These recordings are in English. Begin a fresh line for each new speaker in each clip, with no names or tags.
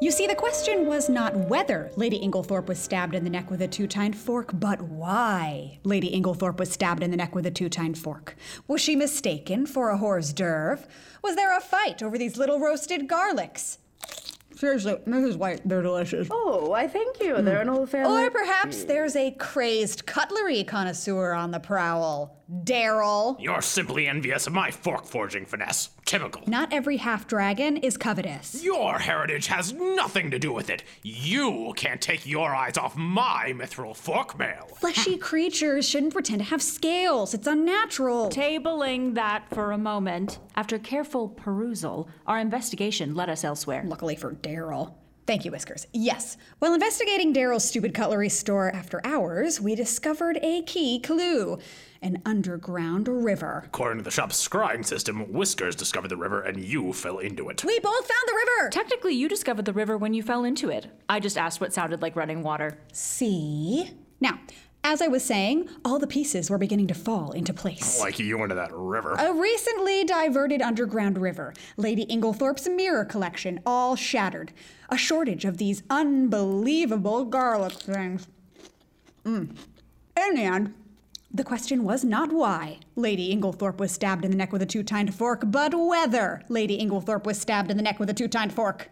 You see, the question was not whether Lady Inglethorpe was stabbed in the neck with a two tined fork, but why Lady Inglethorpe was stabbed in the neck with a two tined fork. Was she mistaken for a hors d'oeuvre? Was there a fight over these little roasted garlics? Seriously, this is why they're delicious.
Oh, I thank you. They're an old family.
Or perhaps there's a crazed cutlery connoisseur on the prowl. Daryl.
You're simply envious of my fork forging finesse. Typical.
Not every half dragon is covetous.
Your heritage has nothing to do with it. You can't take your eyes off my mithril fork mail.
Fleshy creatures shouldn't pretend to have scales. It's unnatural.
Tabling that for a moment, after careful perusal, our investigation led us elsewhere.
Luckily for Daryl. Thank you, Whiskers. Yes. While investigating Daryl's stupid cutlery store after hours, we discovered a key clue an underground river.
According to the shop's scrying system, Whiskers discovered the river and you fell into it.
We both found the river!
Technically, you discovered the river when you fell into it. I just asked what sounded like running water.
See? Now, as I was saying, all the pieces were beginning to fall into place.
Like you into that river.
A recently diverted underground river, Lady Inglethorpe's mirror collection, all shattered. A shortage of these unbelievable garlic things. Mm. In the end, the question was not why Lady Inglethorpe was stabbed in the neck with a two tined fork, but whether Lady Inglethorpe was stabbed in the neck with a two tined fork.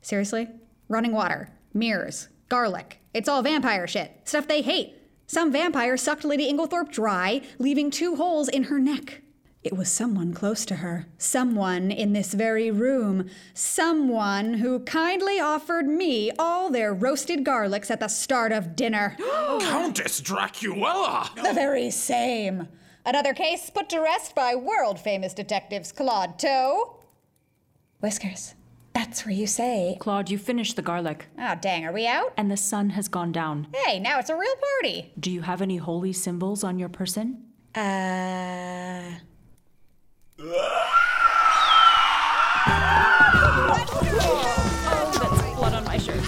Seriously? Running water, mirrors, garlic. It's all vampire shit. Stuff they hate. Some vampire sucked Lady Inglethorpe dry, leaving two holes in her neck. It was someone close to her. Someone in this very room. Someone who kindly offered me all their roasted garlics at the start of dinner.
Countess Dracula!
the very same. Another case put to rest by world famous detectives Claude Toe. Whiskers, that's where you say.
Claude, you finished the garlic,
Ah, dang, are we out?
and the sun has gone down.
Hey, now it's a real party.
Do you have any holy symbols on your person?
Uh.
Oh, that's blood on my shirt.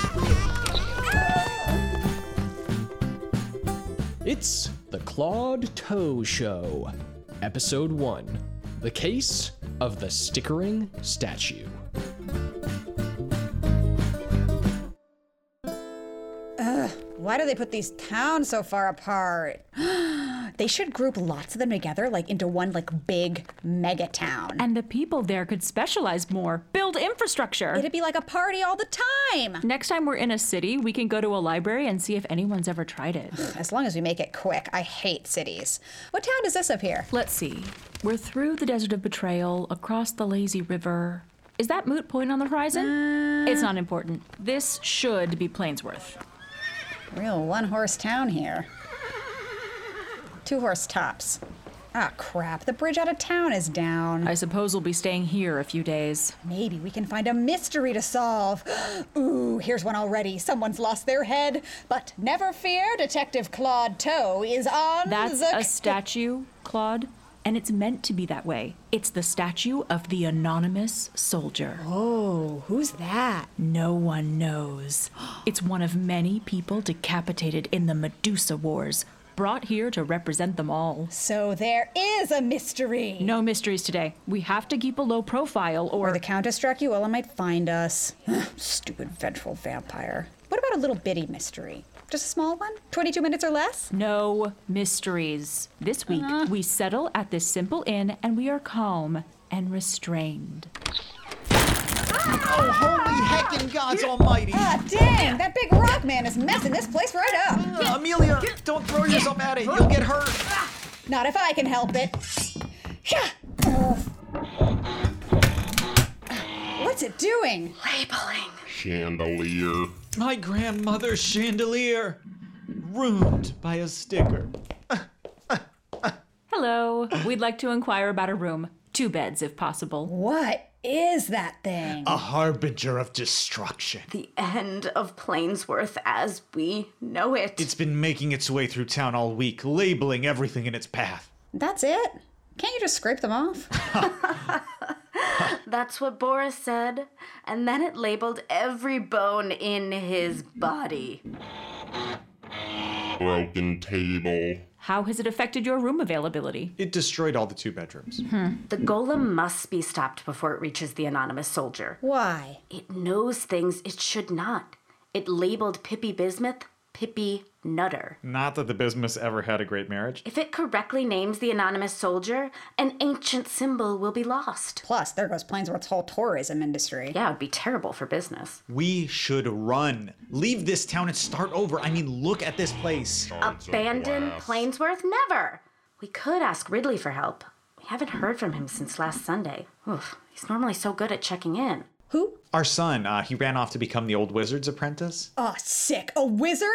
It's the Claude Toe Show, Episode 1 The Case of the Stickering Statue.
Why do they put these towns so far apart? they should group lots of them together, like into one like big mega town.
And the people there could specialize more, build infrastructure.
It'd be like a party all the time,
Next time we're in a city, we can go to a library and see if anyone's ever tried it.
as long as we make it quick. I hate cities. What town is this up here?
Let's see. We're through the desert of betrayal, across the lazy river. Is that moot point on the horizon? it's not important. This should be Plainsworth.
Real one horse town here. Two horse tops. Ah, crap. The bridge out of town is down.
I suppose we'll be staying here a few days.
Maybe we can find a mystery to solve. Ooh, here's one already. Someone's lost their head. But never fear, Detective Claude Toe is on
That's
the.
a statue, Claude, and it's meant to be that way. It's the statue of the anonymous soldier.
oh, who's that?
No one knows. It's one of many people decapitated in the Medusa Wars, brought here to represent them all.
So there is a mystery.
No mysteries today. We have to keep a low profile or.
Or the Countess Dracula might find us. Stupid vengeful vampire. What about a little bitty mystery? Just a small one? 22 minutes or less?
No mysteries. This week, we settle at this simple inn and we are calm and restrained.
Oh, holy heckin' gods almighty!
Ah, dang! That big rock man is messing this place right up!
Uh, Amelia, don't throw yourself at it. You'll get hurt.
Not if I can help it. Hyah! Oh. What's it doing?
Chandelier.
My grandmother's chandelier, ruined by a sticker.
Hello. We'd like to inquire about a room. Two beds, if possible.
What is that thing?
A harbinger of destruction.
The end of Plainsworth as we know it.
It's been making its way through town all week, labeling everything in its path.
That's it? Can't you just scrape them off?
That's what Boris said. And then it labeled every bone in his body.
Broken table.
How has it affected your room availability?
It destroyed all the two bedrooms.
The golem must be stopped before it reaches the anonymous soldier.
Why?
It knows things it should not. It labeled Pippi Bismuth Pippi Nutter.
Not that the business ever had a great marriage.
If it correctly names the anonymous soldier, an ancient symbol will be lost.
Plus, there goes Plainsworth's whole tourism industry.
Yeah, it would be terrible for business.
We should run. Leave this town and start over. I mean, look at this place.
Abandon Plainsworth? Never! We could ask Ridley for help. We haven't heard from him since last Sunday. Oof, he's normally so good at checking in.
Who?
Our son, uh, he ran off to become the old wizard's apprentice.
Oh, sick. A wizard?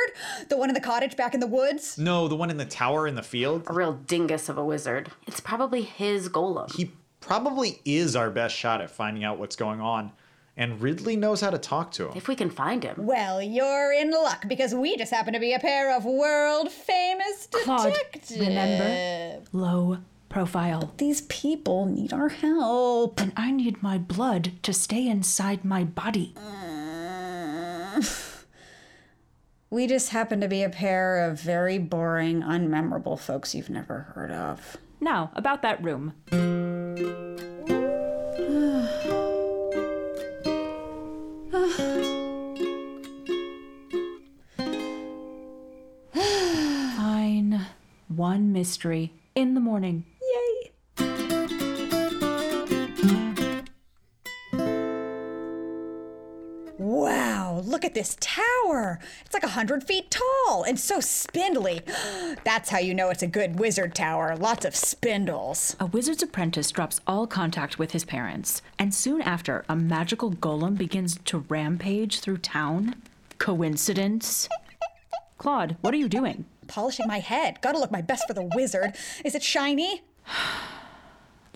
The one in the cottage back in the woods?
No, the one in the tower in the field.
A real dingus of a wizard. It's probably his golem.
He probably is our best shot at finding out what's going on. And Ridley knows how to talk to him.
if we can find him.
Well, you're in luck because we just happen to be a pair of world famous
Claude,
detectives.
remember? Low profile.
These people need our help.
And I need my blood to stay inside my body.
We just happen to be a pair of very boring, unmemorable folks you've never heard of.
Now, about that room. Fine. One mystery in the morning.
Yay! Wow, look at this tower. It's like a 100 feet tall and so spindly. That's how you know it's a good wizard tower. Lots of spindles.
A wizard's apprentice drops all contact with his parents, and soon after, a magical golem begins to rampage through town. Coincidence? Claude, what are you doing?
Polishing my head. Gotta look my best for the wizard. Is it shiny?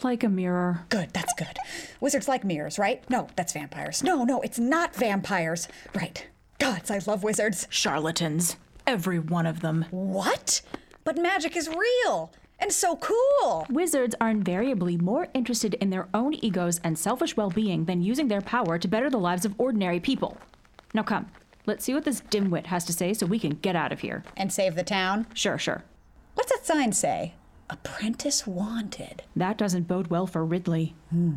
Like a mirror.
Good, that's good. Wizards like mirrors, right? No, that's vampires. No, no, it's not vampires. Right. Gods, I love wizards.
Charlatans. Every one of them.
What? But magic is real and so cool.
Wizards are invariably more interested in their own egos and selfish well being than using their power to better the lives of ordinary people. Now come, let's see what this dimwit has to say so we can get out of here.
And save the town.
Sure, sure.
What's that sign say? Apprentice wanted.
That doesn't bode well for Ridley.
Who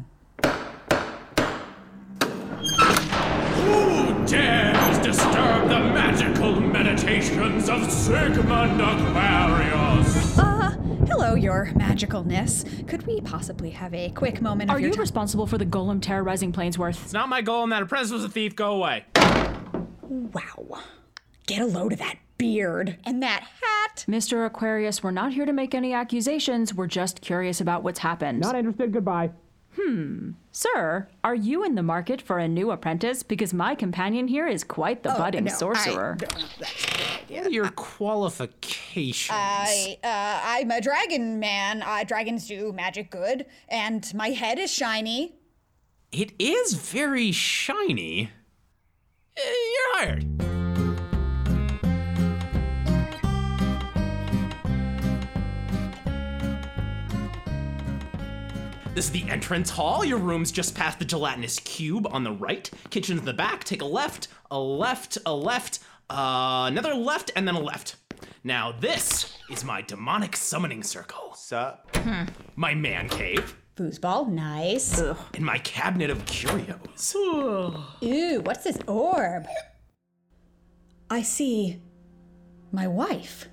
dares disturb the magical meditations of Sigmund Aquarius?
Ah, hello, your magicalness. Could we possibly have a quick moment of
Are
your
you
time?
responsible for the golem terrorizing Plainsworth?
It's not my goal, and that apprentice was a thief. Go away.
wow. Get a load of that beard and that hat.
Mr. Aquarius, we're not here to make any accusations. We're just curious about what's happened. Hmm.
interested. Goodbye.
Sir, are you in the market for a new apprentice? Because my companion here is quite the budding
Oh, no, I-
sorcerer.
Your qualifications.
I, uh, I'm a dragon man. Uh, dragons do magic good, and my head is shiny.
It is very shiny. Uh, You're hired. This is the entrance hall. Your room's just past the gelatinous cube on the right. Kitchen's in the back. Take a left, a left, a left, uh, another left, and then a left. Now, this is my demonic summoning circle,
Sup?
my man cave,
Foosball, nice.
and my cabinet of curios.
Ooh, what's this orb? I see my wife.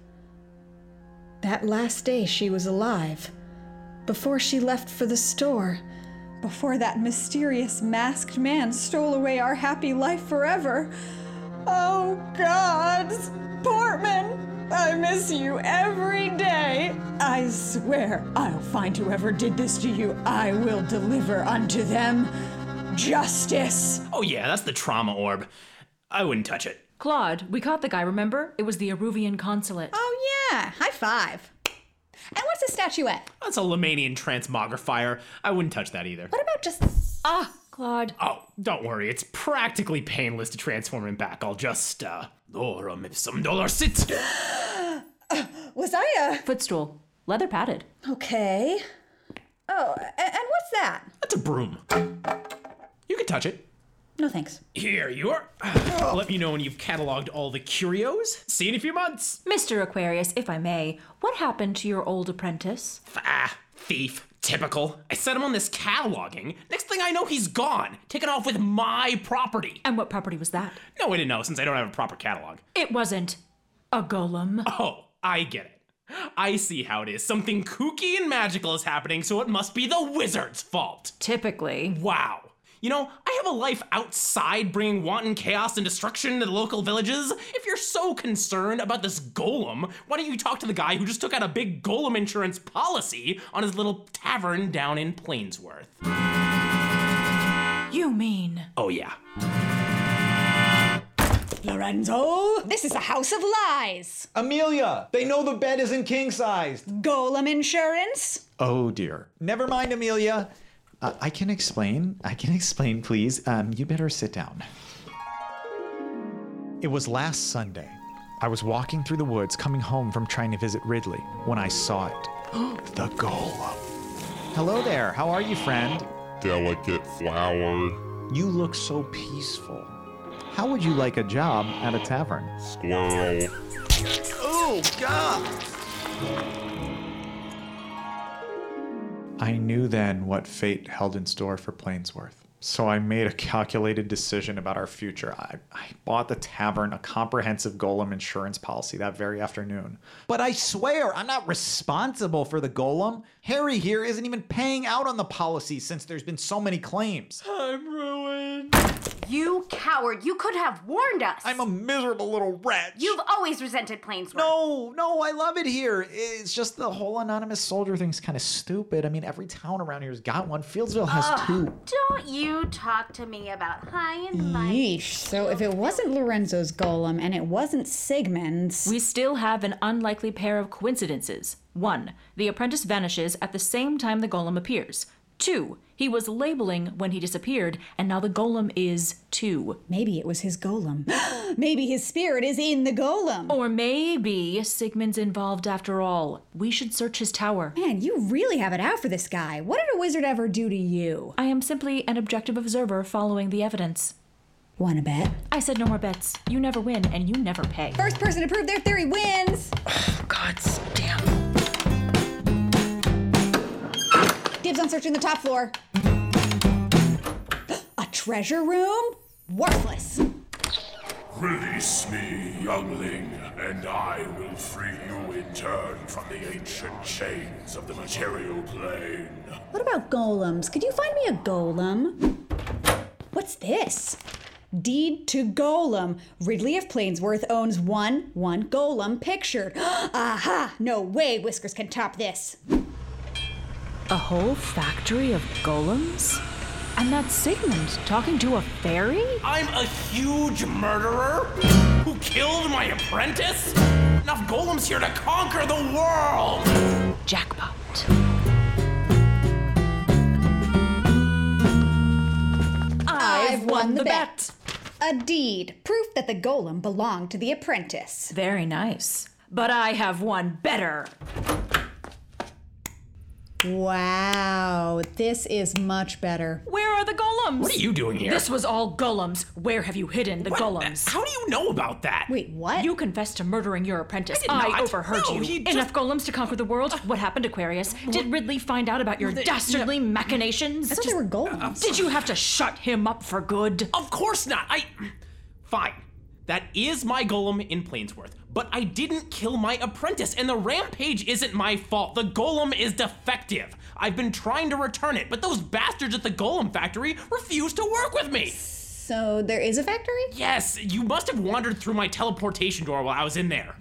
That last day she was alive. Before she left for the store. Before that mysterious masked man stole away our happy life forever. Oh, gods! Portman! I miss you every day! I swear, I'll find whoever did this to you. I will deliver unto them justice!
Oh yeah, that's the trauma orb. I wouldn't touch it.
Claude, we caught the guy, remember? It was the Aruvian consulate.
Oh, yeah. High five. And what's a statuette?
That's a Lemanian transmogrifier. I wouldn't touch that either.
What about just.
Ah, Claude.
Oh, don't worry. It's practically painless to transform him back. I'll just uh lorem ipsum dolor sit.
Was I
Footstool. Leather padded.
a. Okay. Oh, a- and what's that?
That's a broom. You can touch it.
No thanks.
Here you are. Let me know when you've cataloged all the curios. See you in a few months.
Mr. Aquarius, if I may, what happened to your old apprentice?
Ah, thief. Typical. I set him on this cataloging. Next thing I know, he's gone, taken off with my property.
And what property was that?
No way to know since I don't have a proper catalog.
It wasn't a golem.
Oh, I get it. I see how it is. Something kooky and magical is happening, so it must be the wizard's fault.
Typically.
Wow. You know, I have a life outside bringing wanton chaos and destruction to the local villages. If you're so concerned about this golem, why don't you talk to the guy who just took out a big golem insurance policy on his little tavern down in Plainsworth?
You mean.
Oh, yeah.
Lorenzo, this is a house of lies.
Amelia, they know the bed isn't king sized.
Golem insurance?
Oh dear. Never mind, Amelia. Uh, I can explain. I can explain, please. Um, you better sit down. It was last Sunday. I was walking through the woods coming home from trying to visit Ridley when I saw it. the golem. Hello there. How are you, friend?
delicate flower,
You look so peaceful. How would you like a job at a tavern?
squirrel,
Oh, God! I knew then what fate held in store for Plainsworth. So I made a calculated decision about our future. I, I bought the tavern a comprehensive golem insurance policy that very afternoon. But I swear, I'm not responsible for the golem. Harry here isn't even paying out on the policy since there's been so many claims.
You coward! You could have warned us.
I'm a miserable little wretch.
You've always resented Plainsworth.
No, no, I love it here. It's just the whole anonymous soldier thing's kind of stupid. I mean, every town around here's got one. Fieldsville has two.
Don't you talk to me about high and mighty.
Yeesh. So if it wasn't Lorenzo's golem and it wasn't Sigmund's,
We still have an unlikely pair of coincidences. One, the apprentice vanishes at the same time the golem appears. Two, he was labeling when he disappeared, and now the golem is two.
maybe it was his golem. maybe his spirit is in the golem.
Or maybe Sigmund's involved after all. We should search his tower.
Man, you really have it out for this guy. What did a wizard ever do to you?
I am simply an objective observer following the evidence.
Wanna bet?
I said no more bets. You never win, and you never pay.
First person to prove their theory wins!
God damn.
Dibs on searching the top floor. a treasure room? Worthless.
Release me, youngling, and I will free you in turn from the ancient chains of the material plane.
What about golems? Could you find me a golem? What's this? Deed to Golem. Ridley of Plainsworth owns one, one golem pictured. Aha! No way Whiskers can top this.
A whole factory of golems? And that's Sigmund talking to a fairy?
I'm a huge murderer who killed my apprentice? Enough golems here to conquer the world!
Jackpot.
I've won the bet. A deed, proof that the golem belonged to the apprentice.
Very nice. But I have one better.
Wow, this is much better.
Where are the golems?
What are you doing here?
This was all golems. Where have you hidden the
What?
golems?
How do you know about that?
Wait, what?
You confessed to murdering your apprentice.
did
I,
not.
overheard
No,
you.
he just-
Enough golems to conquer the world. Uh, what happened, Aquarius? Did Ridley find out about your dastardly machinations?
I thought they were golems.
Did you have to shut him up for good?
Of course not. I. Fine. That is my golem in Plainsworth, but I didn't kill my apprentice, and the rampage isn't my fault. The golem is defective. I've been trying to return it, but those bastards at the golem factory refuse to work with me.
so there is a factory?
Yes, you must have wandered through my teleportation door while I was in there.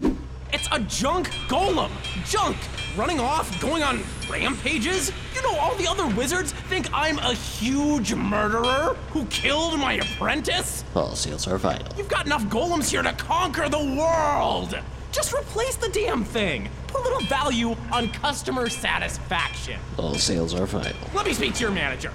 It's a junk golem! Junk! Running off, going on rampages? You know, all the other wizards think I'm a huge murderer who killed my apprentice?
All seals are vital.
You've got enough golems here to conquer the world! Just replace the damn thing! Put a little value on customer satisfaction.
All seals are vital.
Let me speak to your manager.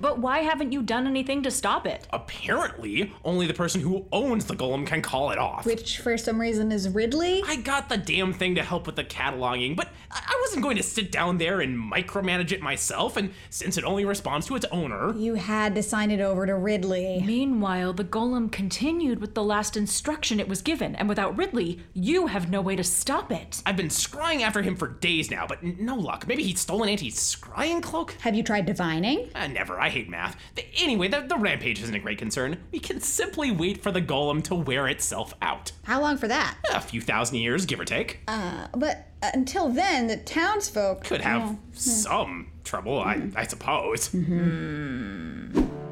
But why haven't you done anything to stop it?
Apparently, only the person who owns the golem can call it off.
Which, for some reason, is Ridley.
I got the damn thing to help with the cataloging, but I I wasn't going to sit down there and micromanage it myself, and since it only responds to its owner,
You had to sign it over to Ridley.
Meanwhile, the golem continued with the last instruction it was given, and without Ridley, you have no way to stop it.
I've been scrying after him for days now, but n- no luck. Maybe he stole an anti scrying cloak?
Have you tried divining?
Ah, never, I hate math. Th- anyway, the, the rampage isn't a great concern. We can simply wait for the golem to wear itself out.
How long for that?
A few thousand years, give or take.
But uh, until then, the townsfolk.
Could have some trouble, I, I suppose.
Hmm.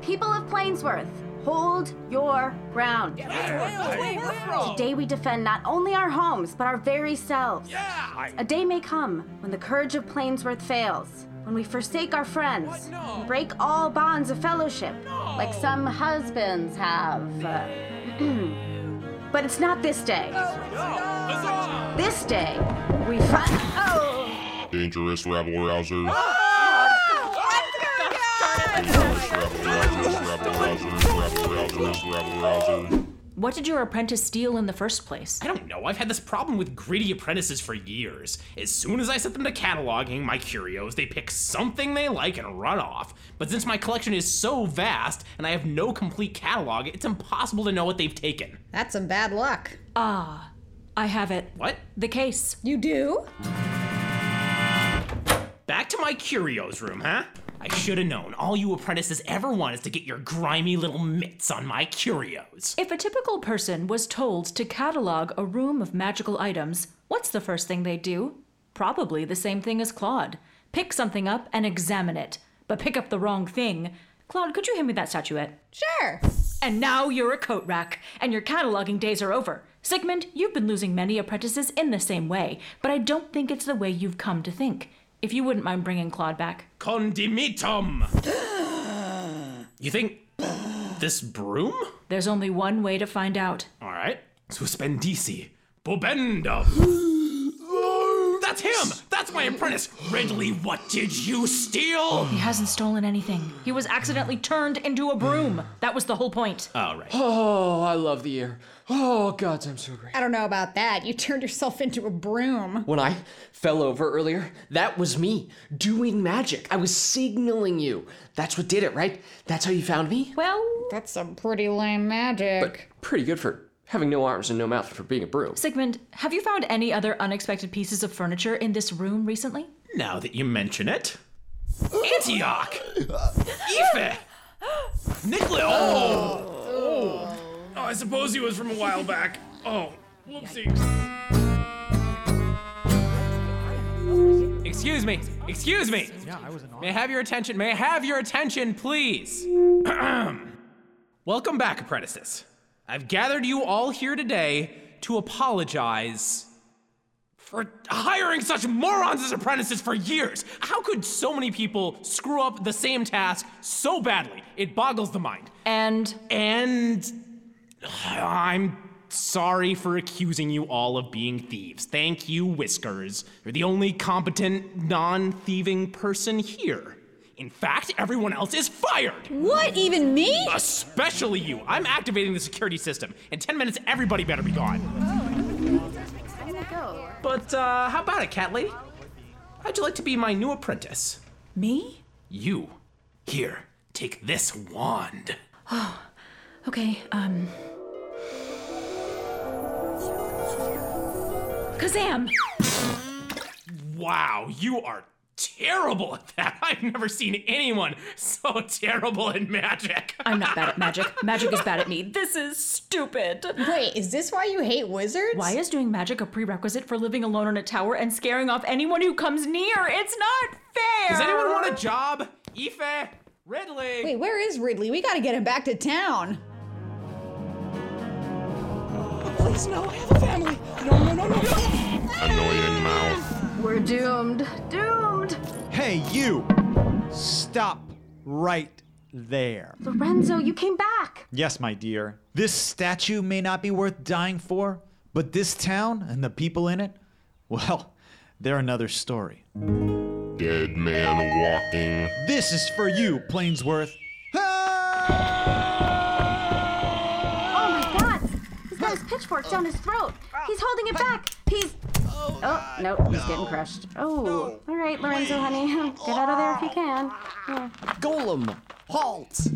People of Plainsworth, hold your ground. Today we defend not only our homes, but our very selves. A day may come when the courage of Plainsworth fails, when we forsake our friends, and break all bonds of fellowship, like some husbands have. but it's not this day. This day, we fight. Oh!
Dangerous rabble rousers.
Ah!
Rabble rousers, rabble rousers, rabble rousers, rabble rousers.
What did your apprentice steal in the first place?
I don't know. I've had this problem with greedy apprentices for years. As soon as I set them to cataloging my curios, they pick something they like and run off. But since my collection is so vast and I have no complete catalog, it's impossible to know what they've taken.
That's some bad luck.
I have it.
What?
The case.
You do?
Back to my curios room, huh? I should have known. All you apprentices ever want is to get your grimy little mitts on my curios.
If a typical person was told to catalog a room of magical items, what's the first thing they'd do? Probably the same thing as Claude pick something up and examine it, but pick up the wrong thing. Claude, could you hand me that statuette?
Sure.
And now you're a coat rack, and your cataloging days are over. Sigmund, you've been losing many apprentices in the same way, but I don't think it's the way you've come to think. If you wouldn't mind bringing Claude back.
Condimitum! you think this broom?
There's only one way to find out.
All right. Suspendici. Bobendum. That's him! That's my apprentice! Ridley, what did you steal?
He hasn't stolen anything. He was accidentally turned into a broom. That was the whole point.
All right.
Oh, I love the air. Oh, God, I'm so great.
I don't know about that. You turned yourself into a broom.
When I fell over earlier, that was me doing magic. I was signaling you. That's what did it, right? That's how you found me?
Well,
That's some pretty lame magic.
Pretty good for having no arms and no mouth for being a broom.
Sigmund, have you found any other unexpected pieces of furniture in this room recently?
Now that you mention it. Antioch! Ife! Nicola! Oh. oh! I suppose he was from a while back. Oh, whoopsie. Excuse me. Excuse me. Yeah, I was May I have your attention? May I have your attention, please? Welcome back, apprentices. I've gathered you all here today to apologize for hiring such morons as apprentices for years. How could so many people screw up the same task so badly? It boggles the mind.
And
And uh, I'm sorry for accusing you all of being thieves. Thank you, Whiskers. You're the only competent, non thieving person here. In fact, everyone else is fired!
What, even me?
Especially you. I'm activating the security system. In 10 minutes, everybody better be gone.
Go.
But, uh, how about it, Cat Lady? How'd you like to be my new apprentice?
me?
You. Here, take this wand.
Okay, um. Kazam!
Wow, you are terrible at that. I've never seen anyone so terrible at magic.
I'm not bad at magic. Magic is bad at me. This is stupid.
Wait, is this why you hate wizards?
Why is doing magic a prerequisite for living alone in a tower and scaring off anyone who comes near? It's not fair!
Does anyone want a job? Ife, Ridley.
Wait, where is Ridley? We gotta get him back to town.
Please, no, I have a family. No, no, no, no, no.
Annoying mouth.
We're doomed. Doomed!
Hey, you! Stop right there.
Lorenzo, you came back.
Yes, my dear. This statue may not be worth dying for, but this town and the people in it, well, they're another story.
Dead man walking.
This is for you, Plainsworth. Ah!
Oh my god! He's got his pitchfork down his throat! He's holding it back! He's. Oh, no, he's getting crushed. Oh, all right, Lorenzo, honey. Get out of there if you can.
Golem, halt!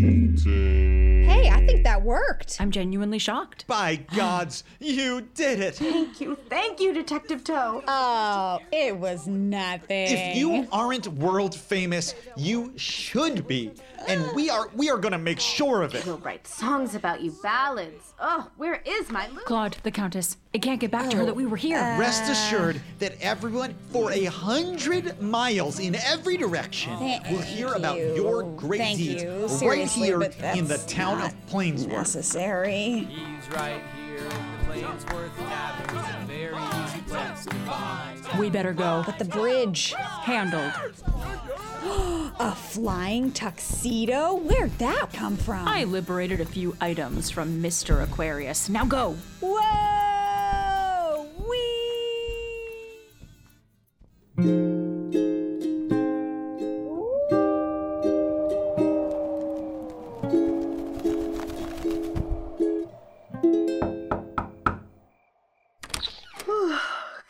Halting.
Hey, I think that worked.
I'm genuinely shocked.
By gods, you did it!
Thank you, thank you, Detective Toe. Uh,
Oh, it was nothing.
If you aren't world famous, you should be. And we are we are gonna make sure of it.
We'll write songs about you, ballads. Oh, where is my Lou?
Claude, the Countess. It can't get back to her
Oh,
that we were here.
uh, Ah.
Rest assured that everyone for a hundred miles in every direction
Thank
will hear about
you.
your great
Thank
deeds
you.
right
Seriously,
here
but
in the
that's
town of
not
Plainsworth.
Necessary.
He's right here. The plane's worth an avenue. A very easy place to find.
We better go.
The bridge.
Handled.
A flying tuxedo? Where'd that come from?
I liberated a few items from Mr. Aquarius. Now go.
Whoa! Wee!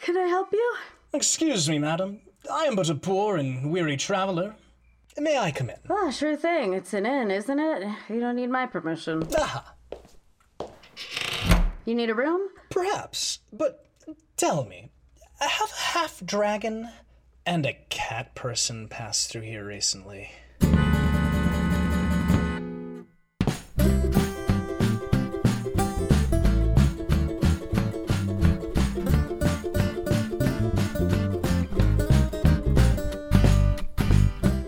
Can I help you?
Excuse me, madam. I am but a poor and weary traveler. May I come in?
Oh, sure thing. It's an inn, isn't it? You don't need my permission.
Aha,
You need a room?
perhaps, but tell me, have a half dragon and a cat person passed through here recently?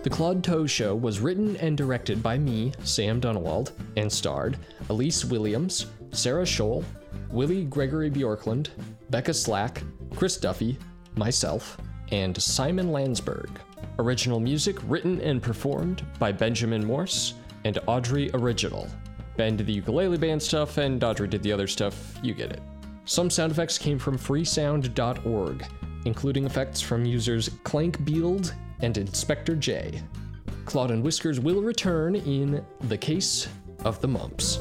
The Claude Toe Show was written and directed by me, Sam Dunawald, and starred Elise Williams, Sarah Scholl, Willie Gregory Bjorklund, Becca Slack, Chris Duffy, myself, and Simon Landsberg. Original music written and performed by Benjamin Morse and Audrey Original. Ben did the ukulele band stuff, and Audrey did the other stuff. You get it. Some sound effects came from freesound.org, including effects from users Clank Beeld and Inspector J. Claude and Whiskers will return in The Case of the Mumps.